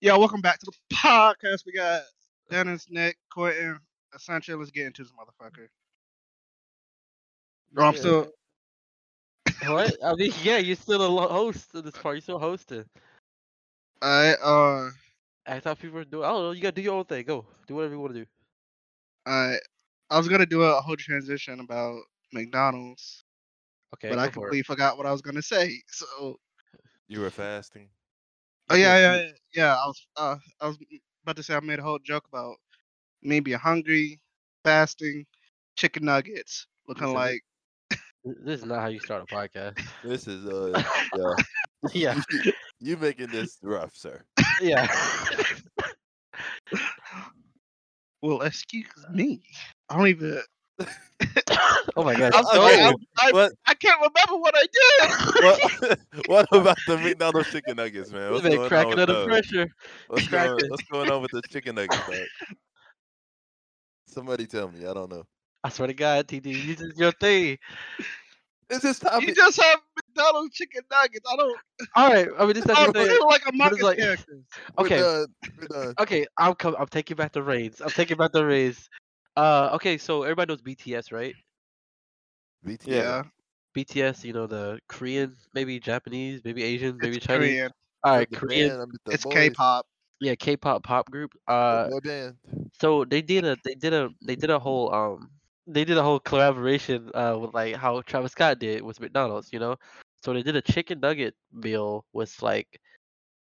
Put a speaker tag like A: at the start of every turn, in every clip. A: Yeah, welcome back to the podcast. We got Dennis, Nick, Quentin, Asante. Let's get into this motherfucker. No, I'm
B: Yeah.
A: still.
B: What? I mean, yeah, you're still a lo- host of this part. You're still hosting.
A: I uh,
B: I thought people were doing. I don't know. You gotta do your own thing. Go do whatever you want to do.
A: I I was gonna do a whole transition about McDonald's,
B: Okay.
A: but I
B: go for
A: completely forgot what I was gonna say. So,
C: You were fasting.
A: oh
B: Yeah,
A: yeah, yeah, yeah. yeah, I was uh, I was about to say I made a whole joke about me being hungry, fasting, chicken nuggets, looking
B: Listen,
A: like
B: it. This is not how you start a podcast.
C: This is uh, yeah.
B: yeah.
C: you making this rough, sir.
B: Yeah.
A: Well, excuse me. I don't even.
B: oh my gosh.
A: I'm
C: I-
A: sorry,
C: I-
A: I'm- I,
C: What?
A: I can't remember what I did.
C: What? what about the McDonald's chicken nuggets, man?
B: This
C: What's
B: man
C: going on
B: cracking
C: with
B: under
C: those?
B: pressure.
C: What's going,
B: cracking.
C: what's going on with the chicken nuggets? dog? Somebody tell me. I don't know.
B: I swear to God, TD, this is your thing.
C: Is this topic?
A: You just have McDonald's chicken nuggets. I don't.
B: All right. I mean, this is
A: I
B: not your
A: don't
B: thing.
A: feel like a manga
B: like-
A: character.
C: We're
B: Okay.
C: done. We're done.
B: okay, I'm com- I'm taking back the reins. I'm taking back the reins. Uh, okay, so everybody knows BTS, right?
C: BTS.
A: Yeah,
B: BTS, you know the Korean, maybe Japanese, maybe Asian, maybe
A: it's
B: Chinese.
A: Korean.
B: All
C: I'm
B: right,
C: the
B: Korean,
C: man, I'm the
A: It's
C: boys,
A: K-pop.
B: yeah, K-pop pop group.
C: the
B: Uh,
C: boy band.
B: so they did a they did a they did a whole um they did a whole collaboration uh with like how Travis Scott did with McDonald's, you know. So they did a chicken nugget meal with like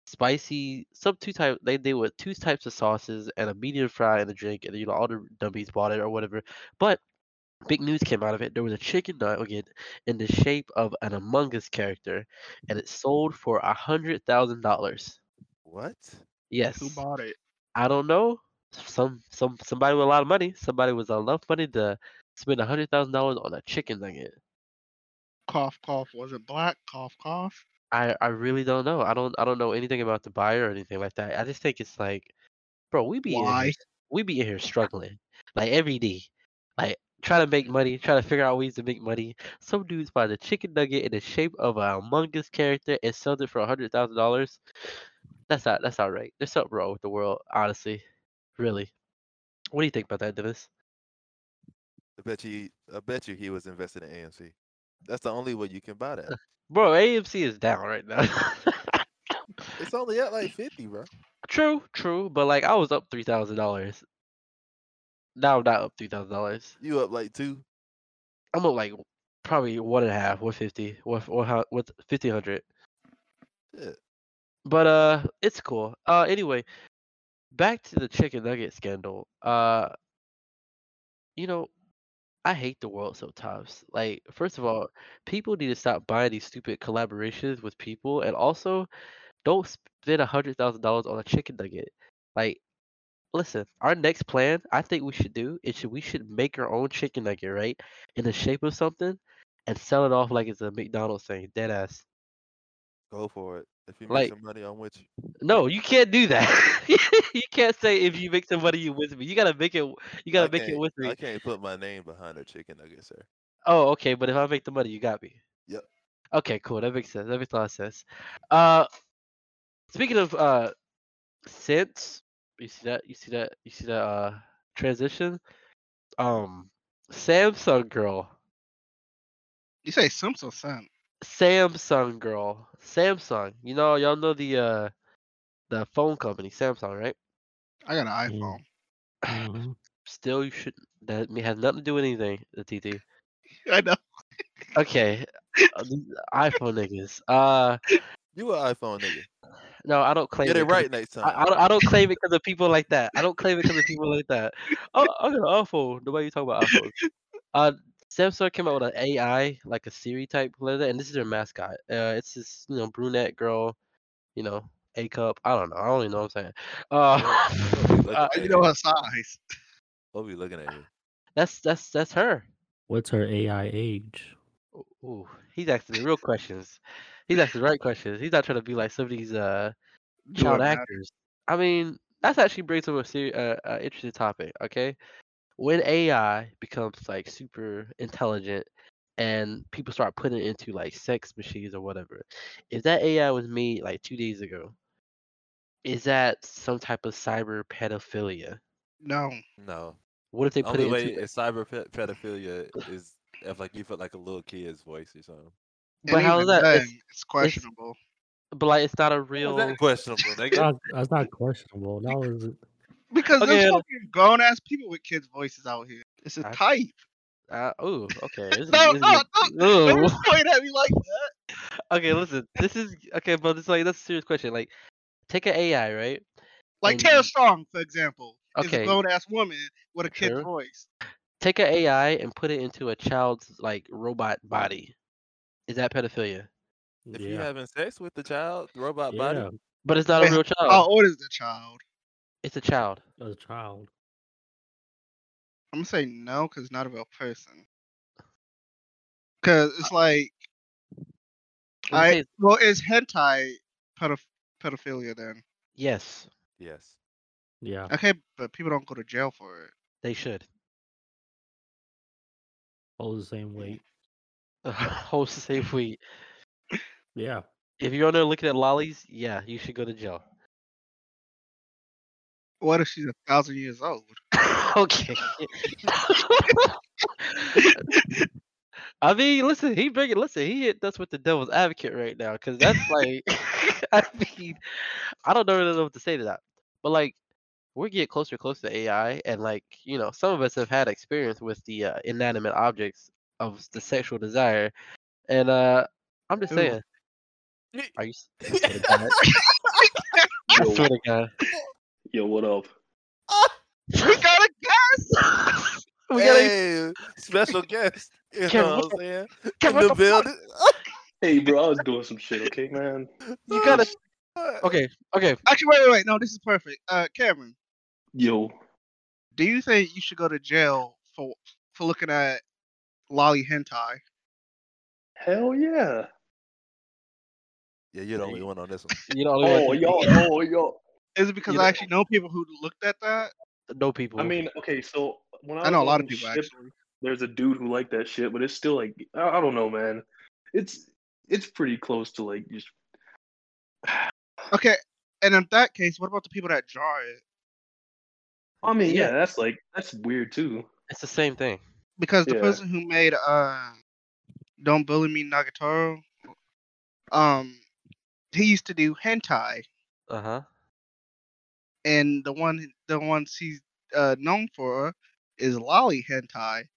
B: spicy some two type they did with two types of sauces and a medium fry and a drink and you know all the dummies bought it or whatever. But big news came out of it. There was a chicken nugget in the shape of an Among Us character and it sold for a hundred thousand dollars.
C: What?
B: Yes.
A: Who bought it?
B: I don't know. Some some somebody with a lot of money. Somebody with enough money to spend a hundred thousand dollars on a chicken nugget.
A: Cough, cough. Was it black? Cough, cough.
B: I I really don't know. I don't I don't know anything about the buyer or anything like that. I just think it's like, bro, we be in here-
A: Why?
B: we be in here struggling like every day, like trying to make money, trying to figure out ways to make money. Some dudes buy the chicken nugget in the shape of a Among Us character and sells it for a hundred thousand dollars. That's not that's not right. There's something wrong with the world, honestly. Really. What do you think about that, Dennis?
C: I bet you. I bet you he was invested in AMC. That's the only way you can buy that.
B: Bro, AMC is down right now.
C: It's only at like fifty, bro.
B: true, true, but like I was up three thousand dollars. Now I'm not up three thousand dollars.
C: You up like two?
B: I'm up like probably one and a half, one fifty, one with fifteen hundred.
C: Shit.
B: But uh, it's cool. Uh, anyway, back to the chicken nugget scandal. Uh, you know, I hate the world sometimes. Like, first of all, people need to stop buying these stupid collaborations with people, and also, don't spend a hundred thousand dollars on a chicken nugget. Like, listen, our next plan, I think we should do is should we should make our own chicken nugget, right, in the shape of something, and sell it off like it's a McDonald's thing. Dead ass.
C: Go for it. If you make
B: Like-
C: some money, I'm with you.
B: No, you can't do that. you can't say if you make some money, you with me. You gotta make it. You gotta
C: I
B: make it
C: can't-
B: with me.
C: I can't put my name behind a chicken nugget, sir.
B: Oh, okay. But if I make the money, you got me.
C: Yep.
B: Okay, cool. That makes sense. That makes a lot of sense. Uh, speaking of uh, sense, you see that? You see that? You see that? Uh, transition. Um, Samsung girl.
A: You say Simpson son.
B: Samsung girl. Samsung. You know, y'all know the uh, the phone company, Samsung, right?
A: I got an
B: Mm.
A: iPhone.
C: Mm-hmm.
B: Still, you should. That may- has nothing to do with anything. The TT.
A: I know.
B: Okay. uh, these iPhone niggas. Uh,
C: You an iPhone nigga.
B: no, I don't claim
C: Get it
B: 'cause
C: right next time.
B: I, I, don't, I don't claim it because of people like that. I don't claim it because of people like that. Oh, okay, awful. The way you talk about iPhone. Uh, Samsung came out with an AI, like a Siri type letter, and this is their mascot. Uh, it's this, you know, brunette girl, you know, A cup. I don't know. I don't even know what I'm saying.
C: Don't
B: Uh,
C: be looking
B: uh,
C: at
A: You
C: you.
A: know her size.
C: Don't be looking at you.
B: that's that's that's her.
D: What's her AI age?
B: Ooh, ooh, he's asking the real questions. He's asking the right questions. He's not trying to be like some of these uh
A: Do
B: child
A: it, man.
B: actors. I mean, that's actually brings up a serious, uh, uh, interesting topic. Okay, when AI becomes like super intelligent and people start putting it into like sex machines or whatever, if that AI was me like two days ago, is that some type of cyber pedophilia?
A: No,
C: No.
B: What if they put
C: Only
B: it
C: way
B: into?
C: is cyber pe- pedophilia is if like you put like a little kid's voice or something.
B: But
A: and
B: how is
A: even
B: that?
A: then,
B: It's,
A: It's, questionable.
B: but like, it's not a real.
C: questionable, nigga.
D: Not, that's not questionable. That was
A: Because
B: Okay,
A: there's
B: and-
A: fucking grown ass people with kids' voices out here. It's a
B: I-
A: type.
B: Uh, oh, okay. this is-
A: No,
B: this
A: no,
B: is-
A: Don't
B: Ooh.
A: point at me like that.
B: Okay, listen. This is okay, but it's like that's a serious question. Like, take an AI, right?
A: Like
B: And-
A: Tara Strong, for example, is
B: Mm. Okay.
A: a grown ass woman with a kid's
B: Sure.
A: voice.
B: Take an AI and put it into a child's like robot body. Is that pedophilia?
C: If you
D: yeah.
C: having sex with the child, the robot body,
D: yeah.
B: But it's not a
A: Wait, oh,
B: real child.
A: How old is the child?
B: It's a child.
D: As a child.
A: I'm gonna say no because it's not a real person. Because it's like,
B: Let me
A: I-
B: Uh, say-
A: well, it's hentai pedoph- pedophilia then.
B: yes,
C: yes.
D: Yeah.
A: Okay, but people don't go to jail for it.
B: they should.
D: All the same weight.
B: Host to say if we
D: Yeah.
B: if you're on there looking at lollies, yeah, you should go to jail.
A: What if she's a thousand years old?
B: okay. I mean, listen, he bring it. Listen, he hit us with the devil's advocate right now because that's like, I mean, I don't know really know what to say to that. But like, we're getting closer and closer to AI, and like, you know, some of us have had experience with the uh, inanimate objects of the sexual desire, and uh I'm just
A: Ooh.
B: saying, are you? s- I swear to God. I
E: Yo,
B: swear to God.
E: yo, what up?
A: We got a guess.
B: We gotta
C: Hey, special guest. You
B: Ken,
C: know
B: what
C: what I'm saying?
B: Ken,
C: In
B: what
C: the
B: the fuck?
C: building.
E: Hey, bro, I was doing some shit, okay, man?
B: You gotta- Okay, okay.
A: Actually, wait, wait, wait. No, this is perfect. Uh, Cameron.
E: Yo,
A: Do you think you should go to jail for for looking at lolly hentai?
E: hell yeah.
C: Yeah, you're the only one on this one.
B: You know,
E: Oh, yo, oh, yo.
A: Is it because
B: You
A: I
B: know-
A: actually know people who looked at that?
B: no people.
E: I mean, okay, so when I,
A: I know a
E: was
A: lot of
E: on
A: people
E: Ship,
A: actually.
E: There's a dude who liked that shit, but it's still like I, I don't know, man. It's it's pretty close to like just
A: Okay, and in that case, what about the people that draw it?
E: I mean,
B: Yeah.
E: yeah, that's like that's weird too.
B: it's the same thing.
A: Because the
E: Yeah.
A: person who made uh, "Don't Bully Me, Nagatoro," um, he used to do hentai,
B: Uh huh.
A: and the one the ones he's uh, known for is lolly hentai,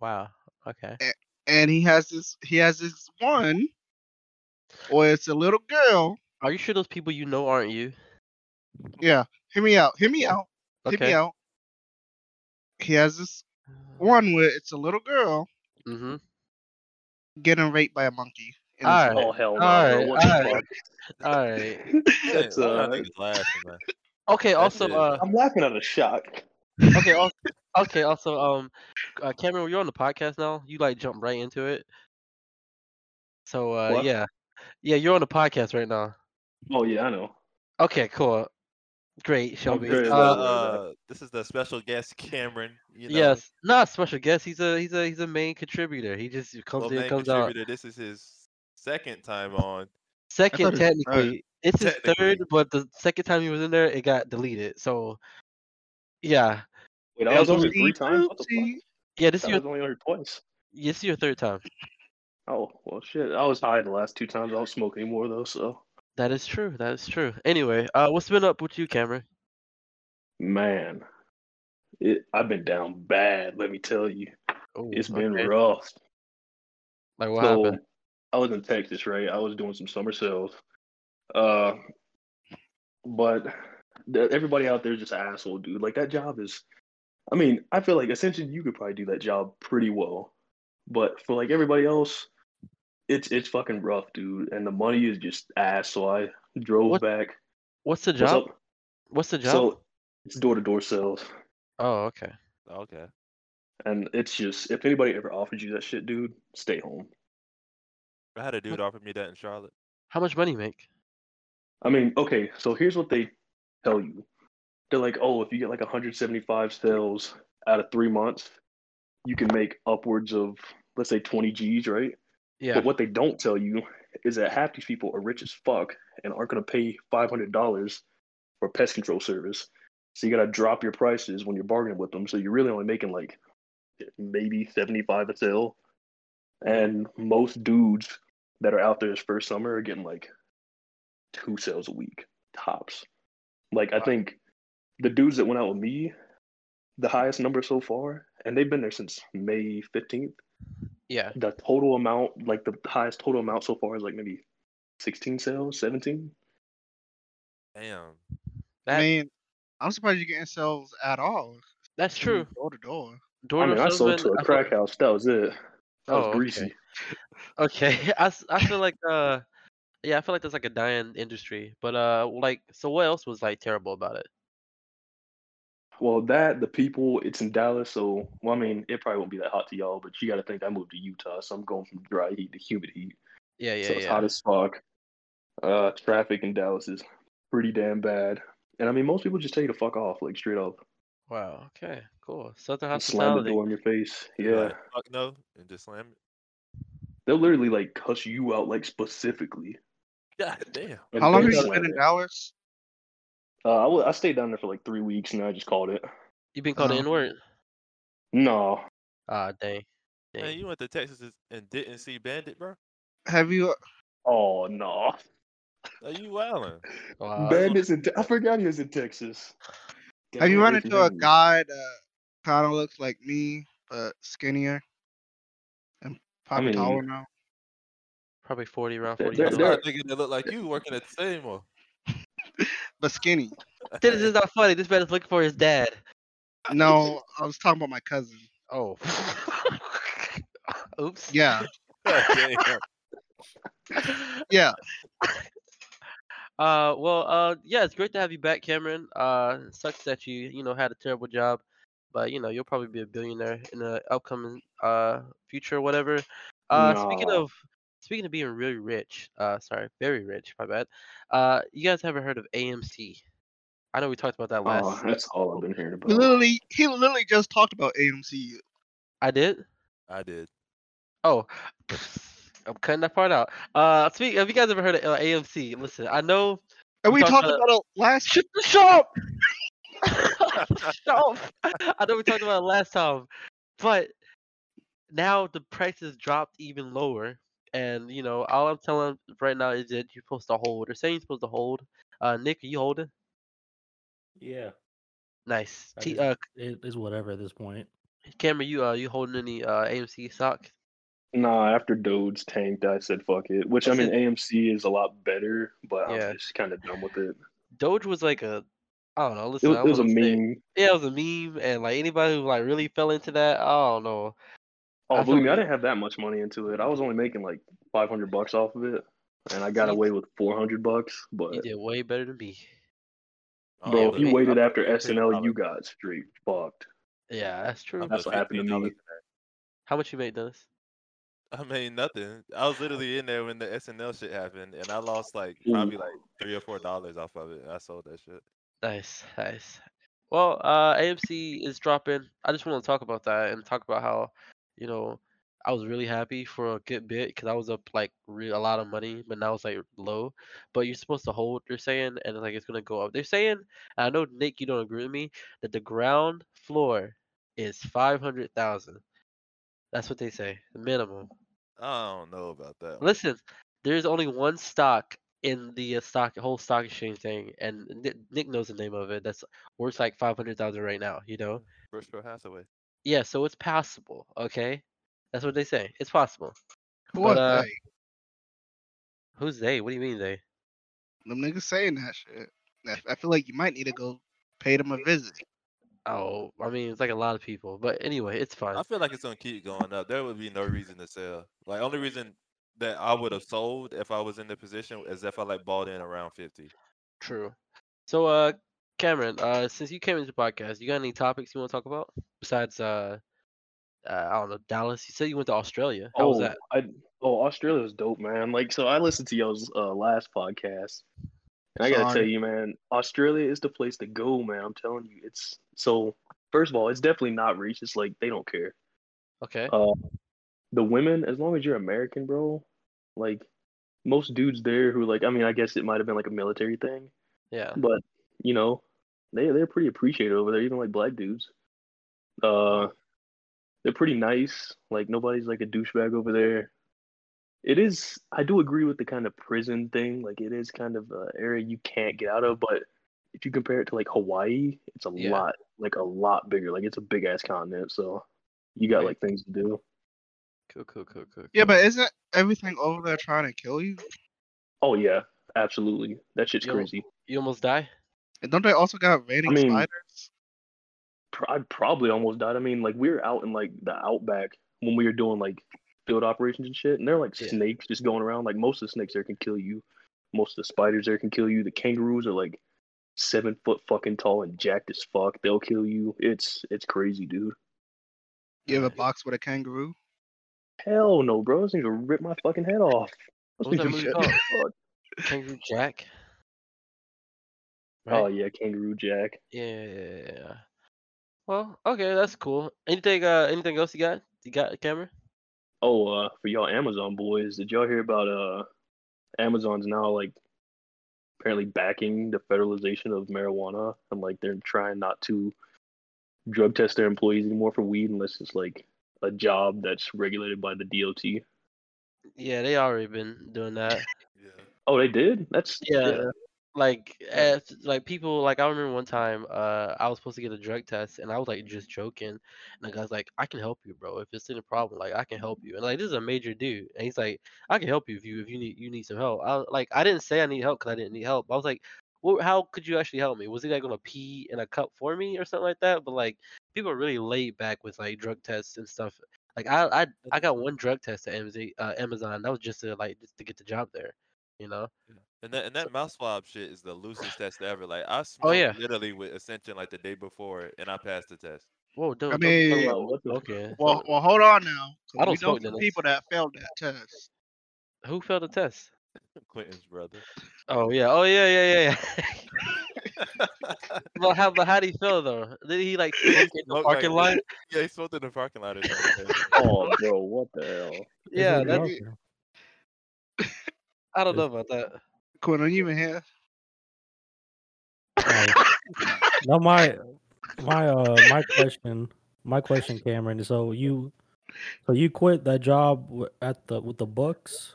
B: Wow. Okay.
A: and he has this he has this one, or it's a little girl.
B: Are you sure those people you know aren't you?
A: Yeah, hear me out. Hear me out. Hit me
B: Oh, Okay.
A: out. He has this one where it's a little girl
B: Mm-hmm.
A: getting raped by a monkey. in
B: All
A: his-
B: right.
E: Oh hell no!
B: All
E: bro,
B: right,
E: what the
B: all right. All right.
E: fuck? That's
C: Hey, y'all
E: uh,
C: niggas laughing, man.
B: Okay. Also,
C: it.
B: uh,
E: I'm laughing out of shock.
B: okay. Also, okay. Also, um, uh, Cameron, you're on the podcast now. You like jump right into it. So, uh,
E: What?
B: yeah, yeah, you're on the podcast right now.
E: Oh yeah, I know.
B: Okay. Cool. Great, Shelby.
E: very
C: This is
E: well
C: the,
B: Uh,
E: aware of
C: uh, this is the special guest, Cameron. You know,
B: Yes, not a special guest. He's a he's a he's a main contributor. He just comes
C: well,
B: in,
C: main
B: comes out.
C: contributor. This is his second time on.
A: it
B: Second,
A: was third.
B: technically, it's his
C: Technically.
B: third, but the second time he was in there, it got deleted. So, yeah,
E: Wait, I was on here
A: Oopsie
E: three times. What the
A: doopsie.
E: fuck?
B: yeah. This is
E: I
B: your
E: was only on here twice.
B: this is your third time.
E: Oh well, shit. I was high the last two times. I don't smoke anymore though, so
B: That is true. That is true. Anyway, uh, what's been up with you, Cameron?
E: man, it, I've been down bad. Let me tell you,
B: Oh,
E: it's been
B: okay.
E: rough.
B: like what
E: so
B: happened?
E: I was in Texas, right? I was doing some summer sales, uh, but the, everybody out there is just an asshole, dude. Like that job is, I mean, I feel like essentially you could probably do that job pretty well, but for like everybody else, it's it's fucking rough, dude. And the money is just ass. So I drove
B: What
E: back.
B: What's the
E: What's
B: job?
E: up?
B: What's the job?
E: So it's door to door sales.
B: oh, okay.
C: Okay.
E: And it's just if anybody ever offers you that shit, dude, stay home.
C: I had a dude offer me that in Charlotte.
B: How much money you make?
E: I mean, okay, so here's what they tell you. They're like, oh, if you get like 175 sales out of three months, you can make upwards of let's say 20 G's, right?
B: Yeah.
E: But what they don't tell you is that half these people are rich as fuck and aren't gonna pay $500 or pest control service. So you got to drop your prices when you're bargaining with them. So you're really only making like maybe 75 a sale. And most dudes that are out there this first summer are getting like two sales a week tops. Like I
A: Wow.
E: think the dudes that went out with me, the highest number so far, and they've been there since May 15th.
B: Yeah.
E: The total amount, like the highest total amount so far is like maybe 16 sales, 17.
C: Damn.
B: That,
A: Man, I'm surprised you're getting sales at all.
B: that's true.
A: Door to door.
E: I
B: Door
E: mean, I sold to a crack
B: house.
E: house. That was it. That
B: Oh,
E: was
B: okay.
E: greasy.
B: Okay. I, s- I feel like uh yeah, I feel like that's like a dying industry. But uh like so what else was like terrible about it?
E: Well, that the people, it's in Dallas, so well, I mean, it probably won't be that hot to y'all, but you got to think I moved to Utah, so I'm going from dry heat to humid heat,
B: Yeah, yeah,
E: so it's
B: yeah.
E: hot as fuck. Uh, traffic in Dallas is pretty damn bad, and I mean, most people just tell you to fuck off, like straight up,
B: Wow, okay, cool. Southern
E: and slam the
B: hospitality.
E: door in your face.
C: Be
E: Yeah,
C: like, Fuck no, and just slam it.
E: they'll literally like cuss you out, like specifically.
C: God damn.
E: and
A: How long have
E: then
A: you
E: slam
A: been in
E: it.
A: Dallas?
E: Uh, I, wa- I stayed down there for like three weeks, and I just called it.
B: You've been called
E: Uh-huh.
A: Um,
B: an N-word?
E: No,
B: Ah, dang. dang.
C: Man, you went to Texas is- and didn't see Bandit, bro?
A: Have you?
E: oh no,
C: Are you wildin'?
B: Wow.
E: bandits in. Te- I forgot he was in Texas.
A: Have you run
E: Definitely
A: into a
E: from-
A: guy that kind of looks like me but skinnier and probably
E: mean,
A: taller now?
B: Probably 40, around
E: There-
B: 40.
E: there-
C: That's
E: there-
C: a nigga that look like you working at the same one.
A: But skinny.
B: Ah, this is not funny. This man is looking for his dad.
A: No, I was talking about my cousin.
B: Oh. Oops.
A: Yeah,
C: Damn.
A: yeah.
B: Uh, well, uh, yeah, it's great to have you back, Cameron. Uh, it sucks that you, you know, had a terrible job, but you know, you'll probably be a billionaire in the upcoming uh future, whatever. Uh, speaking
E: Nah.
B: of speaking of being really rich, uh, sorry, very rich, my bad. Uh, you guys haven't heard of AMC? I know we talked about that
E: Oh,
B: last.
E: that's all I've been hearing
A: We
E: about.
A: literally, he literally just talked about AMC.
B: I did.
C: I did.
B: Oh, I'm cutting that part out. Uh, speak. Have you guys ever heard of uh, AMC? Listen, I know.
A: And
B: We
A: we
B: talked
A: talked
B: about-
A: about it last.
B: Shut the shop. shop. I know we talked about it last time, but now the price has dropped even lower. And you know, all I'm telling right now is that you're supposed to hold. They're saying you're supposed to hold. Uh, Nick, are you holding?
D: Yeah.
B: Nice.
D: I
B: T-
D: just-
B: uh,
D: It is whatever at this point.
B: Cameron, you uh, you holding any uh AMC stock?
E: Nah, after Dode's tanked, I said fuck it. Which I
B: That's
E: mean, AMC is a lot better, but
B: Yeah.
E: I'm just kind of done with it.
B: Doge was like a, I don't know.
E: It
B: Listen,
E: was,
B: I
E: it was a
B: wasn't there.
E: meme.
B: Yeah, it was a meme, and like anybody who like really fell into that, I don't know.
E: Oh,
B: I
E: believe me, I
B: felt-
E: didn't have that much money into it. I was only making like 500 bucks off of it, and I got
B: You-
E: away with 400 bucks. But
B: You did way better than me.
E: bro,
B: yeah,
E: if you
B: we-
E: waited
C: Oh, I
E: after
C: paid
E: SNL,
C: $15.
E: you got straight fucked.
B: Yeah, that's true.
E: That's what happened to me.
C: $15.
B: How much you made, Dennis?
C: I mean nothing. I was literally in there when the SNL shit happened, and I lost like
E: Ooh.
C: probably like three or four dollars off of it. I sold that shit.
B: Nice, nice. Well, uh, AMC is dropping. I just want to talk about that and talk about how, you know, I was really happy for a good bit because I was up like real a lot of money, but now it's like low. But you're supposed to hold. They're saying, and like it's gonna go up. They're saying, and I know Nick, you don't agree with me, that the ground floor is five hundred thousand. That's what they say, the minimum.
C: I don't know about that. one.
B: Listen, there's only one stock in the uh, stock whole stock exchange thing, and Nick, Nick knows the name of it. That's worth like five hundred thousand right now. You know?
C: Berkshire Hathaway.
B: Yeah. So it's possible. Okay. That's what they say. It's possible.
A: What?
B: uh,
A: Uh,
B: Who's they? What do you mean they?
A: them niggas saying that shit. I- I feel like you might need to go pay them a visit.
B: Oh, I mean it's like a lot of people. But anyway, it's fine.
C: I feel like it's gonna keep going up. There would be no reason to sell. Like only reason that I would have sold if I was in the position is if I like bought in around fifty.
B: True. So, uh, Cameron, uh, since you came into the podcast, you got any topics you want to talk about besides uh, uh, I don't know, Dallas? You said you went to Australia. How was
E: Oh,
B: that?
E: I oh Australia was dope, man. Like, so I listened to y'all's uh, last podcast, and I gotta
A: Sorry.
E: tell you, man, Australia is the place to go, man. I'm telling you, it's so. First of all, it's definitely not rich. It's like they don't care.
B: Okay.
E: Uh, the women, as long as you're American, bro, like most dudes there who like, I mean, I guess it might have been like a military thing,
B: Yeah.
E: but you know, they they're pretty appreciated over there, even like black dudes. Uh they're pretty nice. Like nobody's like a douchebag over there. It is I do agree with the kind of prison thing. Like it is kind of an area you can't get out of, but if you compare it to like Hawaii, it's a
B: Yeah.
E: lot like a lot bigger. Like it's a big ass continent, so you got
B: Right.
E: like things to do.
B: Cool, cool, cool, cool.
A: Yeah, but isn't everything over there trying to kill you?
E: Oh yeah, absolutely. That shit's
B: Yo.
E: crazy.
B: you almost die.
A: And don't they also got raining
E: mean-
A: spiders?
E: pr- I probably almost died. I mean, like we were out in like the outback when we were doing like field operations and shit, and they're like
B: Yeah.
E: snakes just going around. Like most of the snakes there can kill you. Most of the spiders there can kill you. The kangaroos are like seven foot fucking tall and jacked as fuck. They'll kill you. It's it's crazy, dude.
A: You have a box with a kangaroo?
E: Hell no, bro. This thing will rip my fucking head off. Those
B: What was that
E: things
B: movie
E: will-
B: called?
E: Fuck.
B: Kangaroo Jack.
E: Oh
B: Right?
E: yeah, kangaroo jack.
B: yeah, yeah, yeah, yeah. Well, okay, that's cool. Anything, uh, anything else you got? You got Cameron?
E: Oh, uh, for y'all Amazon boys, did y'all hear about uh, Amazon's now like apparently backing the federalization of marijuana and like they're trying not to drug test their employees anymore for weed unless it's like a job that's regulated by the DOT.
B: Yeah, they already been doing that.
C: Yeah.
E: Oh, they did? That's
B: Yeah.
E: yeah.
B: Like, as, like people, like I remember one time, uh, I was supposed to get a drug test, and I was like just joking, and the guy's like, "I can help you, bro. If it's any problem, like I can help you." And like this is a major dude, and he's like, "I can help you if you if you need you need some help." I was, like I didn't say I need help because I didn't need help. I was like, "Well, how could you actually help me? Was he like gonna pee in a cup for me or something like that?" But like people are really laid back with like drug tests and stuff. Like I I, I got one drug test at Amazon, uh, Amazon. That was just to like just to get the job there, you know.
C: And that and that mouth swab shit is the loosest test ever. Like I smoked
B: Oh, yeah.
C: literally with Ascension like the day before, and I passed the test.
B: Whoa, don't,
A: I
B: don't be talking
A: mean-
B: about-
E: What the-
B: okay.
A: Well, well, hold on now. 'cause
B: I don't
A: we know
B: smoke
A: some
B: Dennis.
A: people that failed that test.
B: who failed the test?
C: Quentin's brother.
B: Oh yeah, oh yeah, yeah, yeah. yeah. well, how but how did he feel though? Did he like smoke in
C: Looked
B: the
C: like
B: parking lot?
C: it. yeah, he smoked in the parking lot. Or something.
E: Oh, bro, what the hell?
B: Yeah,
A: what
B: that,
A: that's-
B: I don't know about that.
A: Quinn, are you even here?
D: no, my my uh my question, my question, Cameron. is, So you, so you quit that job wi- at the with the Bucks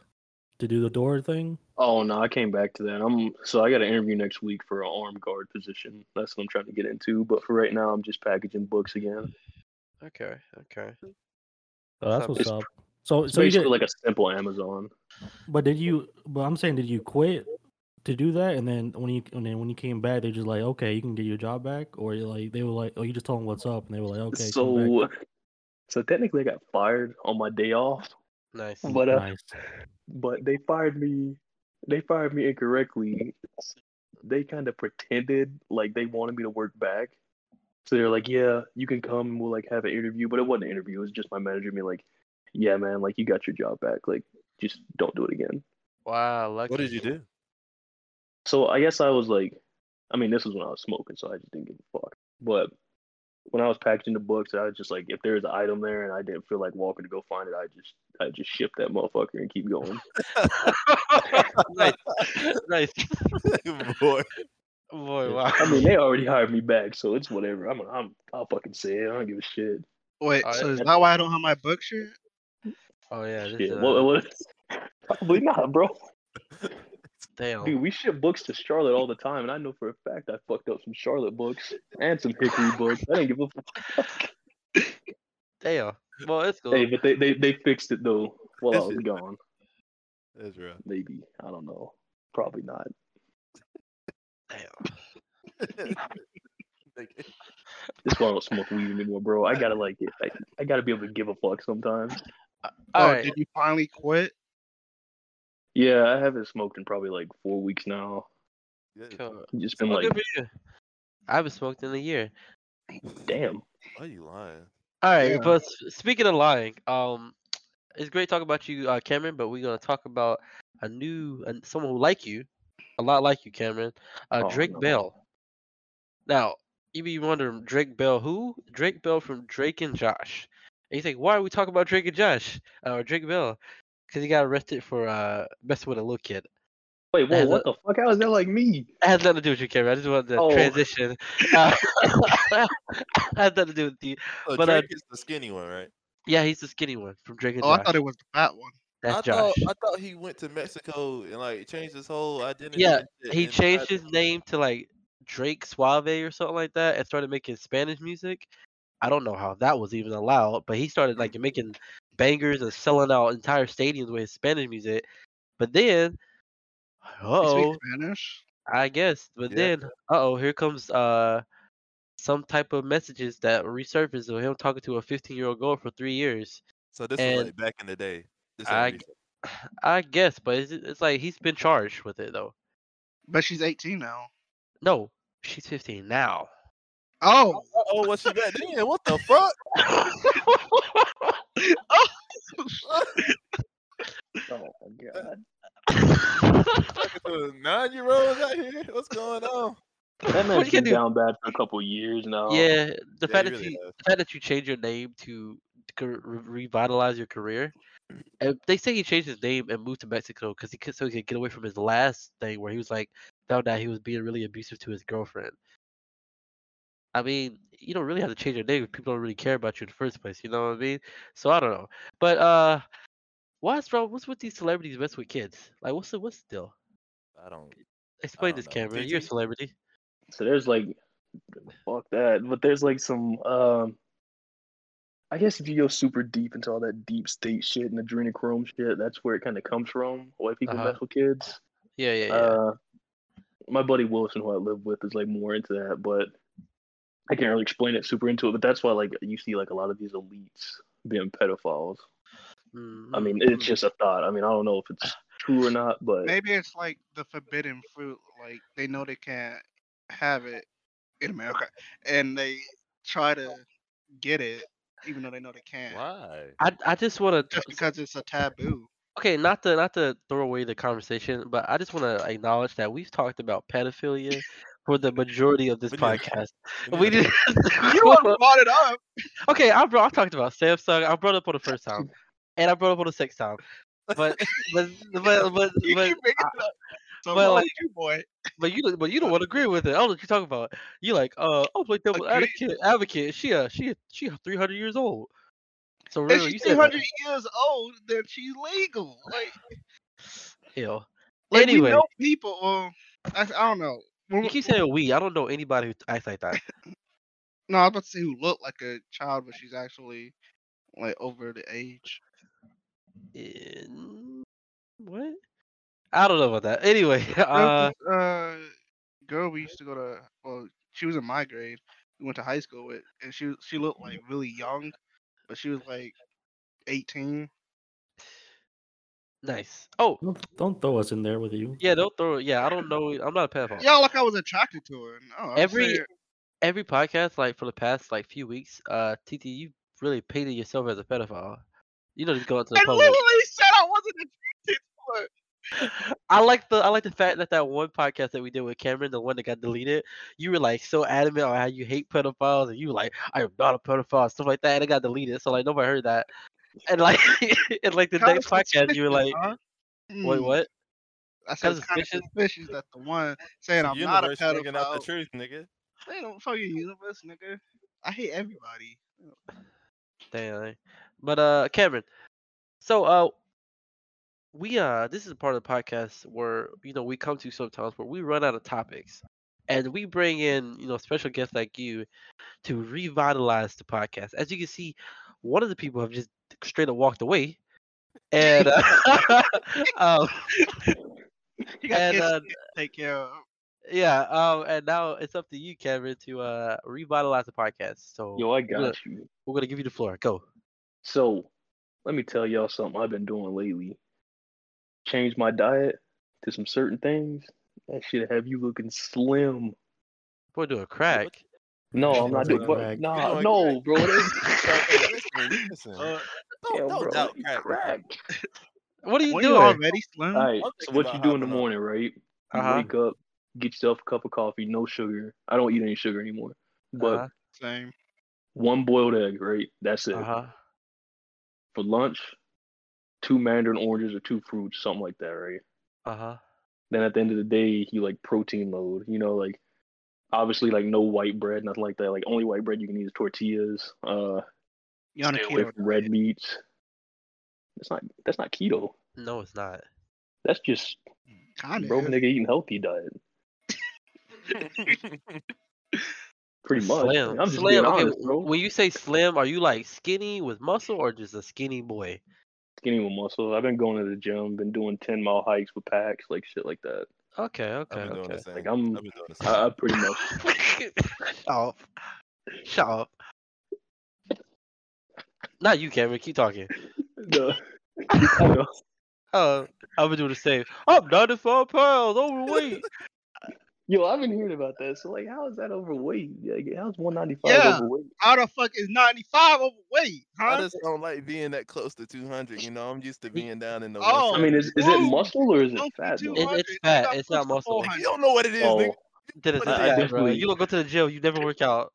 D: to do the door thing.
E: Oh no, I came back to that. I'm so I got an interview next week for an armed guard position. That's what I'm trying to get into. But for right now, I'm just packaging books again.
B: Okay, okay.
D: So Oh, that's what's
E: It's-
D: up. So
E: It's
D: so you
E: basically
D: did,
E: like a simple Amazon.
D: but did you? But I'm saying, did you quit to do that? And then when you and then when you came back, they're just like, okay, you can get your job back, or you're like they were like, oh, you just told them what's up, and they were like, okay, come back."
E: so so technically I got fired on my day off,
B: Nice.
E: but uh,
D: Nice.
E: but they fired me they fired me incorrectly. They kind of pretended like they wanted me to work back. So they're like, "Yeah, you can come and we'll like have an interview." But it wasn't an interview. It was just my manager me like, "Yeah, man, like you got your job back. Like just don't do it again."
B: Wow, lucky.
C: what did you do?
E: So I guess I was like, I mean, this was when I was smoking, so I just didn't give a fuck. But when I was packaging the books, I was just like, if there's an item there and I didn't feel like walking to go find it, I just, I just ship that motherfucker and keep going.
B: nice, nice.
C: Boy,
B: Boy,
D: Yeah.
B: wow.
E: I mean, they already hired me back, so it's whatever. I'm, I'm, I'll fucking say it. I don't give a shit.
A: Wait,
B: Alright.
A: so is that why I don't have my book shirt?
B: oh yeah, this
E: Shit,
B: is,
E: what,
B: uh,
E: what- Probably not, bro.
B: damn.
E: Dude, we ship books to Charlotte all the time, and I know for a fact I fucked up some Charlotte books and some Hickory books. I didn't give a fuck.
B: Damn. Well, it's cool.
E: Hey, but they, they, they fixed it though while I
C: This
E: was
C: is-
E: gone.
C: that's rough.
E: maybe I don't know, probably not.
B: Damn.
C: Nigga.
E: That's why I don't smoke weed anymore, bro. I gotta like it. I, I gotta be able to give a fuck sometimes.
B: All
A: oh,
B: right.
A: did you finally quit?
E: Yeah, I haven't smoked in probably like four weeks now.
C: Yeah,
B: cool.
E: Just been
B: Well,
E: like,
B: good for you. I haven't smoked in a year.
E: damn.
C: Why you lying?
B: All right,
A: Yeah.
B: but s- speaking of lying, um, it's great talking about you, uh, Cameron. But we're gonna talk about a new and someone who like you, a lot like you, Cameron. Uh,
E: Oh,
B: Drake
E: no.
B: Bell. Now you be wondering, Drake Bell who? Drake Bell from Drake and Josh. And you think why are we talking about Drake and Josh uh, or Drake Bell? Because he got arrested for uh messing with a little kid.
E: Wait, whoa,
B: As
E: what the fuck? How is that like me?
B: It has nothing to do with you, Cameron. I just wanted to
E: Oh.
B: transition. Uh, it has nothing to do with you.
C: So
B: But, uh,
C: Drake is the skinny one, right?
B: Yeah, he's the skinny one from Drake and
A: Oh, I
B: Josh.
A: thought it was the fat one.
B: That's
C: I
B: Josh.
C: thought I thought he went to Mexico and like changed his whole identity.
B: Yeah,
C: and shit,
B: he
C: and
B: changed
C: had-
B: his name to like Drake Suave or something like that and started making Spanish music. I don't know how that was even allowed, but he started like making bangers and selling out entire stadiums with his Spanish music. But then,
A: He
B: oh,
A: speaks Spanish.
B: I guess. But
C: Yeah.
B: then, uh oh, here comes uh some type of messages that resurface of him talking to a 15 year old girl for three years.
C: So this
B: and-
C: was like back in the day. This
B: I-
C: ain't recent.
B: I guess, but it's, it's like he's been charged with it though.
A: But she's 18 now.
B: No, she's 15 now.
A: Oh,
C: oh, what she back then? What the fuck?
E: Oh my god.
C: Nine year olds out here. What's going on?
E: That
B: What
E: man's
B: you gonna
E: been
B: do?
E: down bad for a couple years now.
B: Yeah, the
C: Yeah,
B: fact
C: he
B: that
C: really
B: you
C: has.
B: the fact that you change your name to c- re- revitalize your career. And they say he changed his name and moved to Mexico because he could so he could get away from his last thing where he was like found out he was being really abusive to his girlfriend. I mean, you don't really have to change your name if people don't really care about you in the first place. You know what I mean? So I don't know, but uh, what's wrong? What's with these celebrities mess with kids? Like, what's the what's the deal?
C: I don't.
B: Explain
C: don't
B: this,
C: know.
B: Cameron. You're a
C: TT?
B: celebrity.
E: So there's like, fuck that. But there's like some, um, I guess if you go super deep into all that deep state shit and adrenochrome shit, that's where it kind of comes from. Why people
B: Uh-huh.
E: mess with kids.
B: Yeah, yeah, yeah.
E: Uh, my buddy Wilson, who I live with, is like more into that, but I can't really explain it super into it. But that's why like you see like a lot of these elites being pedophiles. I mean,
B: Mhm.
E: it's just a thought. I mean, I don't know if it's true or not, but
A: maybe it's like the forbidden fruit. Like they know they can't have it in America, and they try to get it, even though they know they can't,
C: Why?
B: I I just want to
A: just because it's a taboo.
B: okay, not to not to throw away the conversation, but I just want to acknowledge that we've talked about pedophilia for the majority of this
C: We did.
B: podcast.
C: We
B: We
C: need
B: did.
C: to-
A: You all brought it up.
B: okay, I brought I talked about Samsung. I brought up on the first time, and I brought up on the sixth time. But but but but
A: You
B: but,
A: keep making it up. So
B: but,
A: well,
B: like-
A: like you boy,
B: but you don't- but you don't want to agree with it. I don't know what you're talking about. You like uh oh play devil
A: Agree.
B: advocate advocate. She uh she she three hundred years old. So
A: if
B: real, you
A: she's
B: said
A: two
B: that.
A: hundred years old, then she's legal. Like,
B: Ew.
A: like
B: anyway,
A: we know people. Well, I, I don't know. When
B: you
A: we-
B: keep saying we. I don't know anybody who acts like that.
A: no, I was about to say who looked like a child, but she's actually like over the age.
B: in- what? I don't know about that. Anyway,
A: There
B: uh,
A: was this, uh, girl we used to go to. Well, she was in my grade. We went to high school with, and she was- she looked like really young, but she was like eighteen.
B: nice. Oh,
D: Don't, don't throw us in there with you.
B: yeah, don't throw. Yeah, I don't know. I'm not a pedophile.
A: Yeah, like I was attracted to her. oh, No, I was
B: Every-
A: saying-
B: Every podcast, like for the past like few weeks, uh, TT, you really painted yourself as a pedophile. You don't just go out to the
A: I
B: public.
A: literally said I wasn't attracted to her.
B: I like the I like the fact that that one podcast that we did with Cameron, the one that got deleted, you were like so adamant on how you hate pedophiles, and you were like, "I am not a pedophile," and stuff like that, and it got deleted. So like nobody heard that, and like and like the
A: Kinda
B: next podcast, you were like,
A: suspicious, huh?
B: "Wait,
A: Hmm,
B: what?"
A: I said
B: kinda
A: it's kind of
B: suspicious.
A: suspicious that the one
C: It's
A: saying
C: the
A: I'm not a
C: universe bringing out the
A: pedophile.
C: truth, nigga.
A: They don't fucking universe, nigga. I hate everybody.
B: Dang. But uh Cameron, so uh we uh this is a part of the podcast where you know we come to sometimes where we run out of topics and we bring in, you know, special guests like you to revitalize the podcast. As you can see, one of the people have just straight up walked away. And uh, um,
A: You got
B: And,
A: kids
B: uh,
A: to take care of.
B: yeah, um, and now it's up to you, Cameron, to uh revitalize the podcast. So
E: yo, I got
B: Look.
E: you.
B: we're gonna give you the floor. Go.
E: So, let me tell y'all something I've been doing lately. Changed my diet to some certain things. That should have you looking slim.
B: We're doing crack.
E: No, I'm not
D: Sounds
E: doing.
D: like
E: But,
D: crack.
E: nah,
C: You're doing
E: no, bro. It ain't
C: Hey, listen, listen.
B: Uh,
C: don't
E: yeah,
C: don't
E: bro,
C: doubt
E: it ain't
C: crack. bro.
E: crack.
B: What are you
A: Were you
B: doing?
A: already slim?
E: All right. So
C: thinking
E: what
C: about
E: you do in the
C: hopping on.
E: morning, right? You
B: Uh-huh.
E: wake up, get yourself a cup of coffee, no sugar. I don't eat any sugar anymore. But
B: Uh-huh.
A: Same.
E: one boiled egg, right? That's it.
B: Uh-huh.
E: For lunch, two mandarin oranges or two fruits, something like that, right?
B: Uh-huh.
E: Then at the end of the day, you like protein load. You know, like obviously like no white bread, nothing like that. Like only white bread you can eat is tortillas. Uh,
A: You on a
E: stay away
A: keto
E: from red meats. That's not that's not keto.
B: No, it's not.
E: That's just
A: kind of
E: broke nigga eating healthy diet. Pretty much.
B: Slim.
E: I'm just
B: slim.
E: being
B: Okay,
E: honest,
B: w-
E: bro.
B: when you say slim, are you like skinny with muscle or just a skinny boy?
E: Skinny with muscle. I've been going to the gym, been doing ten mile hikes with packs, like shit like that.
B: Okay, okay,
C: I've been doing the
B: okay.
C: same.
E: Like, I'm-
C: I've been doing the same.
E: I, I pretty much.
B: Shut up. Shut up. Not you, Cameron. Keep talking.
E: No. I know.
B: Uh, I've been doing the same. I'm 95 pounds overweight.
E: Yo, I've been hearing about that. So like, how is that overweight? Like, how's 195
A: Yeah.
E: overweight?
A: How the fuck is 95 overweight?
C: I
A: Huh?
C: just don't like being that close to 200. You know, I'm used to being down in the.
A: Oh,
E: I mean, is, is it
A: Whoa.
E: muscle or is it
A: Don't be
E: fat?
A: too
E: though?
B: It-
A: hungry.
B: it's fat.
A: Stop
B: It's not
A: pushing
B: muscle.
A: 400.
C: you don't know what it is,
E: Oh,
C: nigga.
B: That is
C: What
B: not
C: is
B: bad,
E: that?
B: bro. You
E: Definitely.
B: don't go to the gym. You never work out.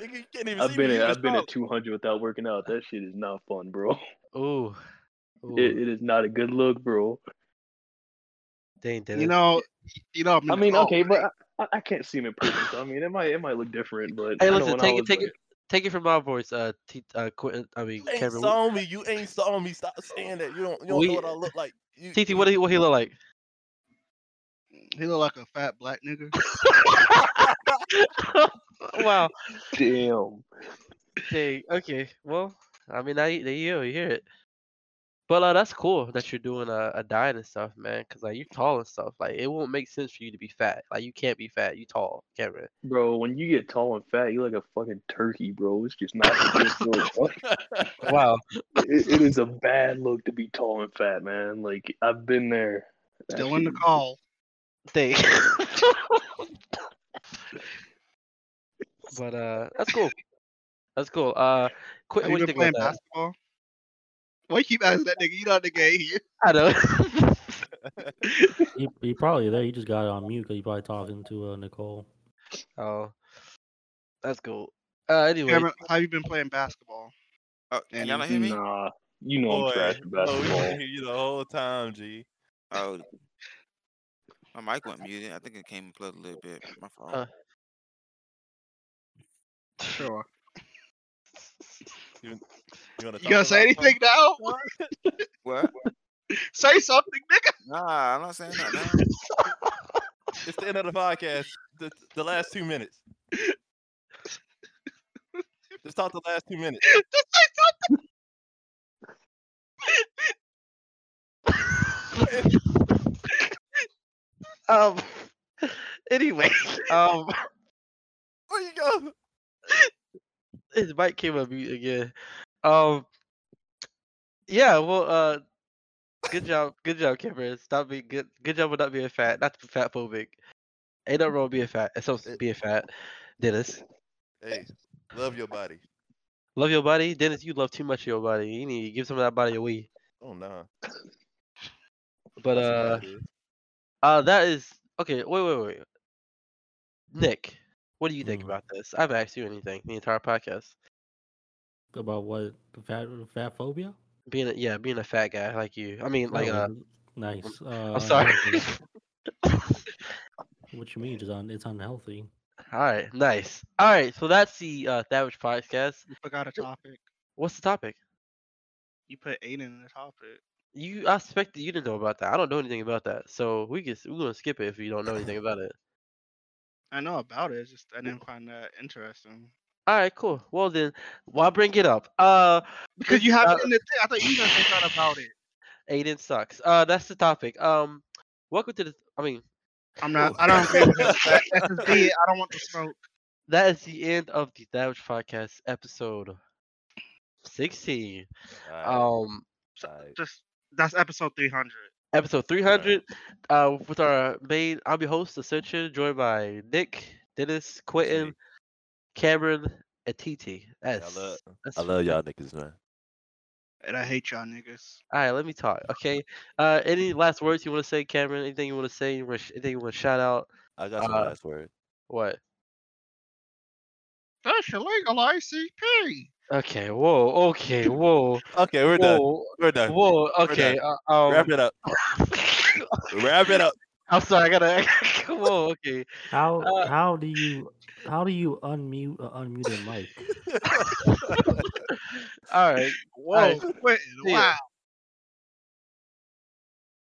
C: nigga. You can't even
E: I've
C: see
E: been
C: me.
E: at,
C: You
E: I've been
C: just
E: at 200 without working out. That shit is not fun, bro.
B: Ooh. Ooh.
E: It, it is not a good look, bro.
B: Dang, Dennis.
A: You know, you know. I'm
E: I
A: in
E: mean,
A: awe,
E: okay,
A: right?
E: but I, I- I can't see him in person. So I mean, it might it might look different, but
B: Hey,
E: I know
B: listen,
E: when I
B: take it,
E: was,
B: take
E: like-
B: it, take it from my voice, uh, t- uh, Quentin. I mean,
C: you ain't
B: Cameron.
C: saw me. You ain't saw me. Stop saying that. You don't. You don't
B: We-
C: know what I look like. You,
B: TT, what he, what he look like?
A: he look like a fat black nigga.
B: wow.
E: Damn.
B: Dang. Okay. Well, I mean, I there you go. You hear it. But uh, that's cool that you're doing a, a diet and stuff, man. Cause like you're tall and stuff. Like it won't make sense for you to be fat. Like you can't be fat. You tall, Cameron.
E: Bro, when you get tall and fat, you look like a fucking turkey, bro. It's just not a good look.
B: Wow.
E: It, it is a bad look to be tall and fat, man. Like I've been there. That
A: Still in the
E: shit-
A: call.
B: Dang. but uh, that's cool. That's cool. Uh, quick.
A: Have you
B: What do
A: been
B: you think
A: playing
B: about that?
A: basketball? Why you keep asking that nigga? You know the nigga ain't here.
B: I know.
D: He, he probably there. He just got it on mute because he probably talking to uh, Nicole.
B: oh, that's cool. Uh, anyway,
A: Cameron, how you been playing basketball?
F: Uh,
A: And
F: can y'all not hear me?
E: Nah, you know
C: Boy,
E: I'm trash at
C: no, we
E: basketball.
C: can hear you the whole time, G.
F: Oh, my mic went muted. I think it came plugged a little bit. My fault.
B: Uh,
A: Sure.
C: You, wanna
A: You
C: talk
A: gonna say
C: about
A: anything now?
F: what?
A: Say something, nigga.
F: Nah, I'm not saying that, man.
C: something? It's the end of the podcast. The, the last two minutes. Just talk the last two minutes.
A: Just say something.
B: um. Anyway, um,
C: Where you go?
B: his mic came up mute again. Um. Yeah. Well. Uh. Good job. Good job, Cameron. Stop being good. Good job with not being fat. Not to be fat phobic. Ain't nothing wrong with being fat. It's supposed to be a fat. Dennis,
C: Hey, love your body.
B: love your body. Dennis, you love too much of your body. You need to give some of that body away.
C: Oh nah.
B: But
C: That's
B: uh.
C: what it is.
B: Uh, that is okay. Wait, wait, wait. Nick, what do you think
D: Hmm.
B: about this? I haven't asked you anything the entire podcast.
D: About what? The fat, fat phobia? Oh,
B: Being a, yeah, being a fat guy like you. I mean, like uh,
D: nice. Uh,
B: I'm sorry.
D: What you mean? It's, un- it's unhealthy.
B: All right, nice. All right, so that's the uh, Thatwich podcast.
A: You forgot a topic.
B: What's the topic?
A: You put Aiden in the topic.
B: You, I expect that you didn't know about that. I don't know anything about that, so we can we're gonna skip it if you don't know anything about it.
A: I know about it. It's just I didn't find that interesting
B: All right, cool. Well then, why bring it up? Uh,
A: because you have
B: Uh,
A: it in the thing. I thought you were gonna say something about it.
B: Aiden sucks. Uh, that's the topic. Um, welcome to the. I mean,
A: I'm not. I don't agree with that. That's just it. I don't want the smoke.
B: that is the end of the Thatwich Podcast episode 16.
C: Alright,
B: Um,
C: alright.
A: Just that's episode 300.
B: episode 300 uh, with our main, I'm your host, Ascension, joined by Nick, Dennis, Quentin, Cameron, and TT. That's,
C: love-
B: that's
C: I love y'all niggas, man.
A: And I hate y'all niggas.
B: all right. Let me talk. Okay. Uh, any last words you want to say, Cameron? Anything you want to say? You wanna sh- Anything you want to shout out?
C: I got some
B: Uh,
C: last word.
B: What?
A: That's illegal ICP.
B: Okay. Whoa. Okay. Whoa.
C: Okay, we're done.
B: whoa.
C: We're done.
B: Whoa.
C: done.
B: Okay. Uh, um,
C: Wrap it up. Wrap it up.
B: I'm sorry. I gotta. Come on. Okay.
D: How
B: Uh,
D: how do you how do you unmute a unmuted mic?
B: All right.
A: Whoa, Quentin,
B: Yeah.
A: wow.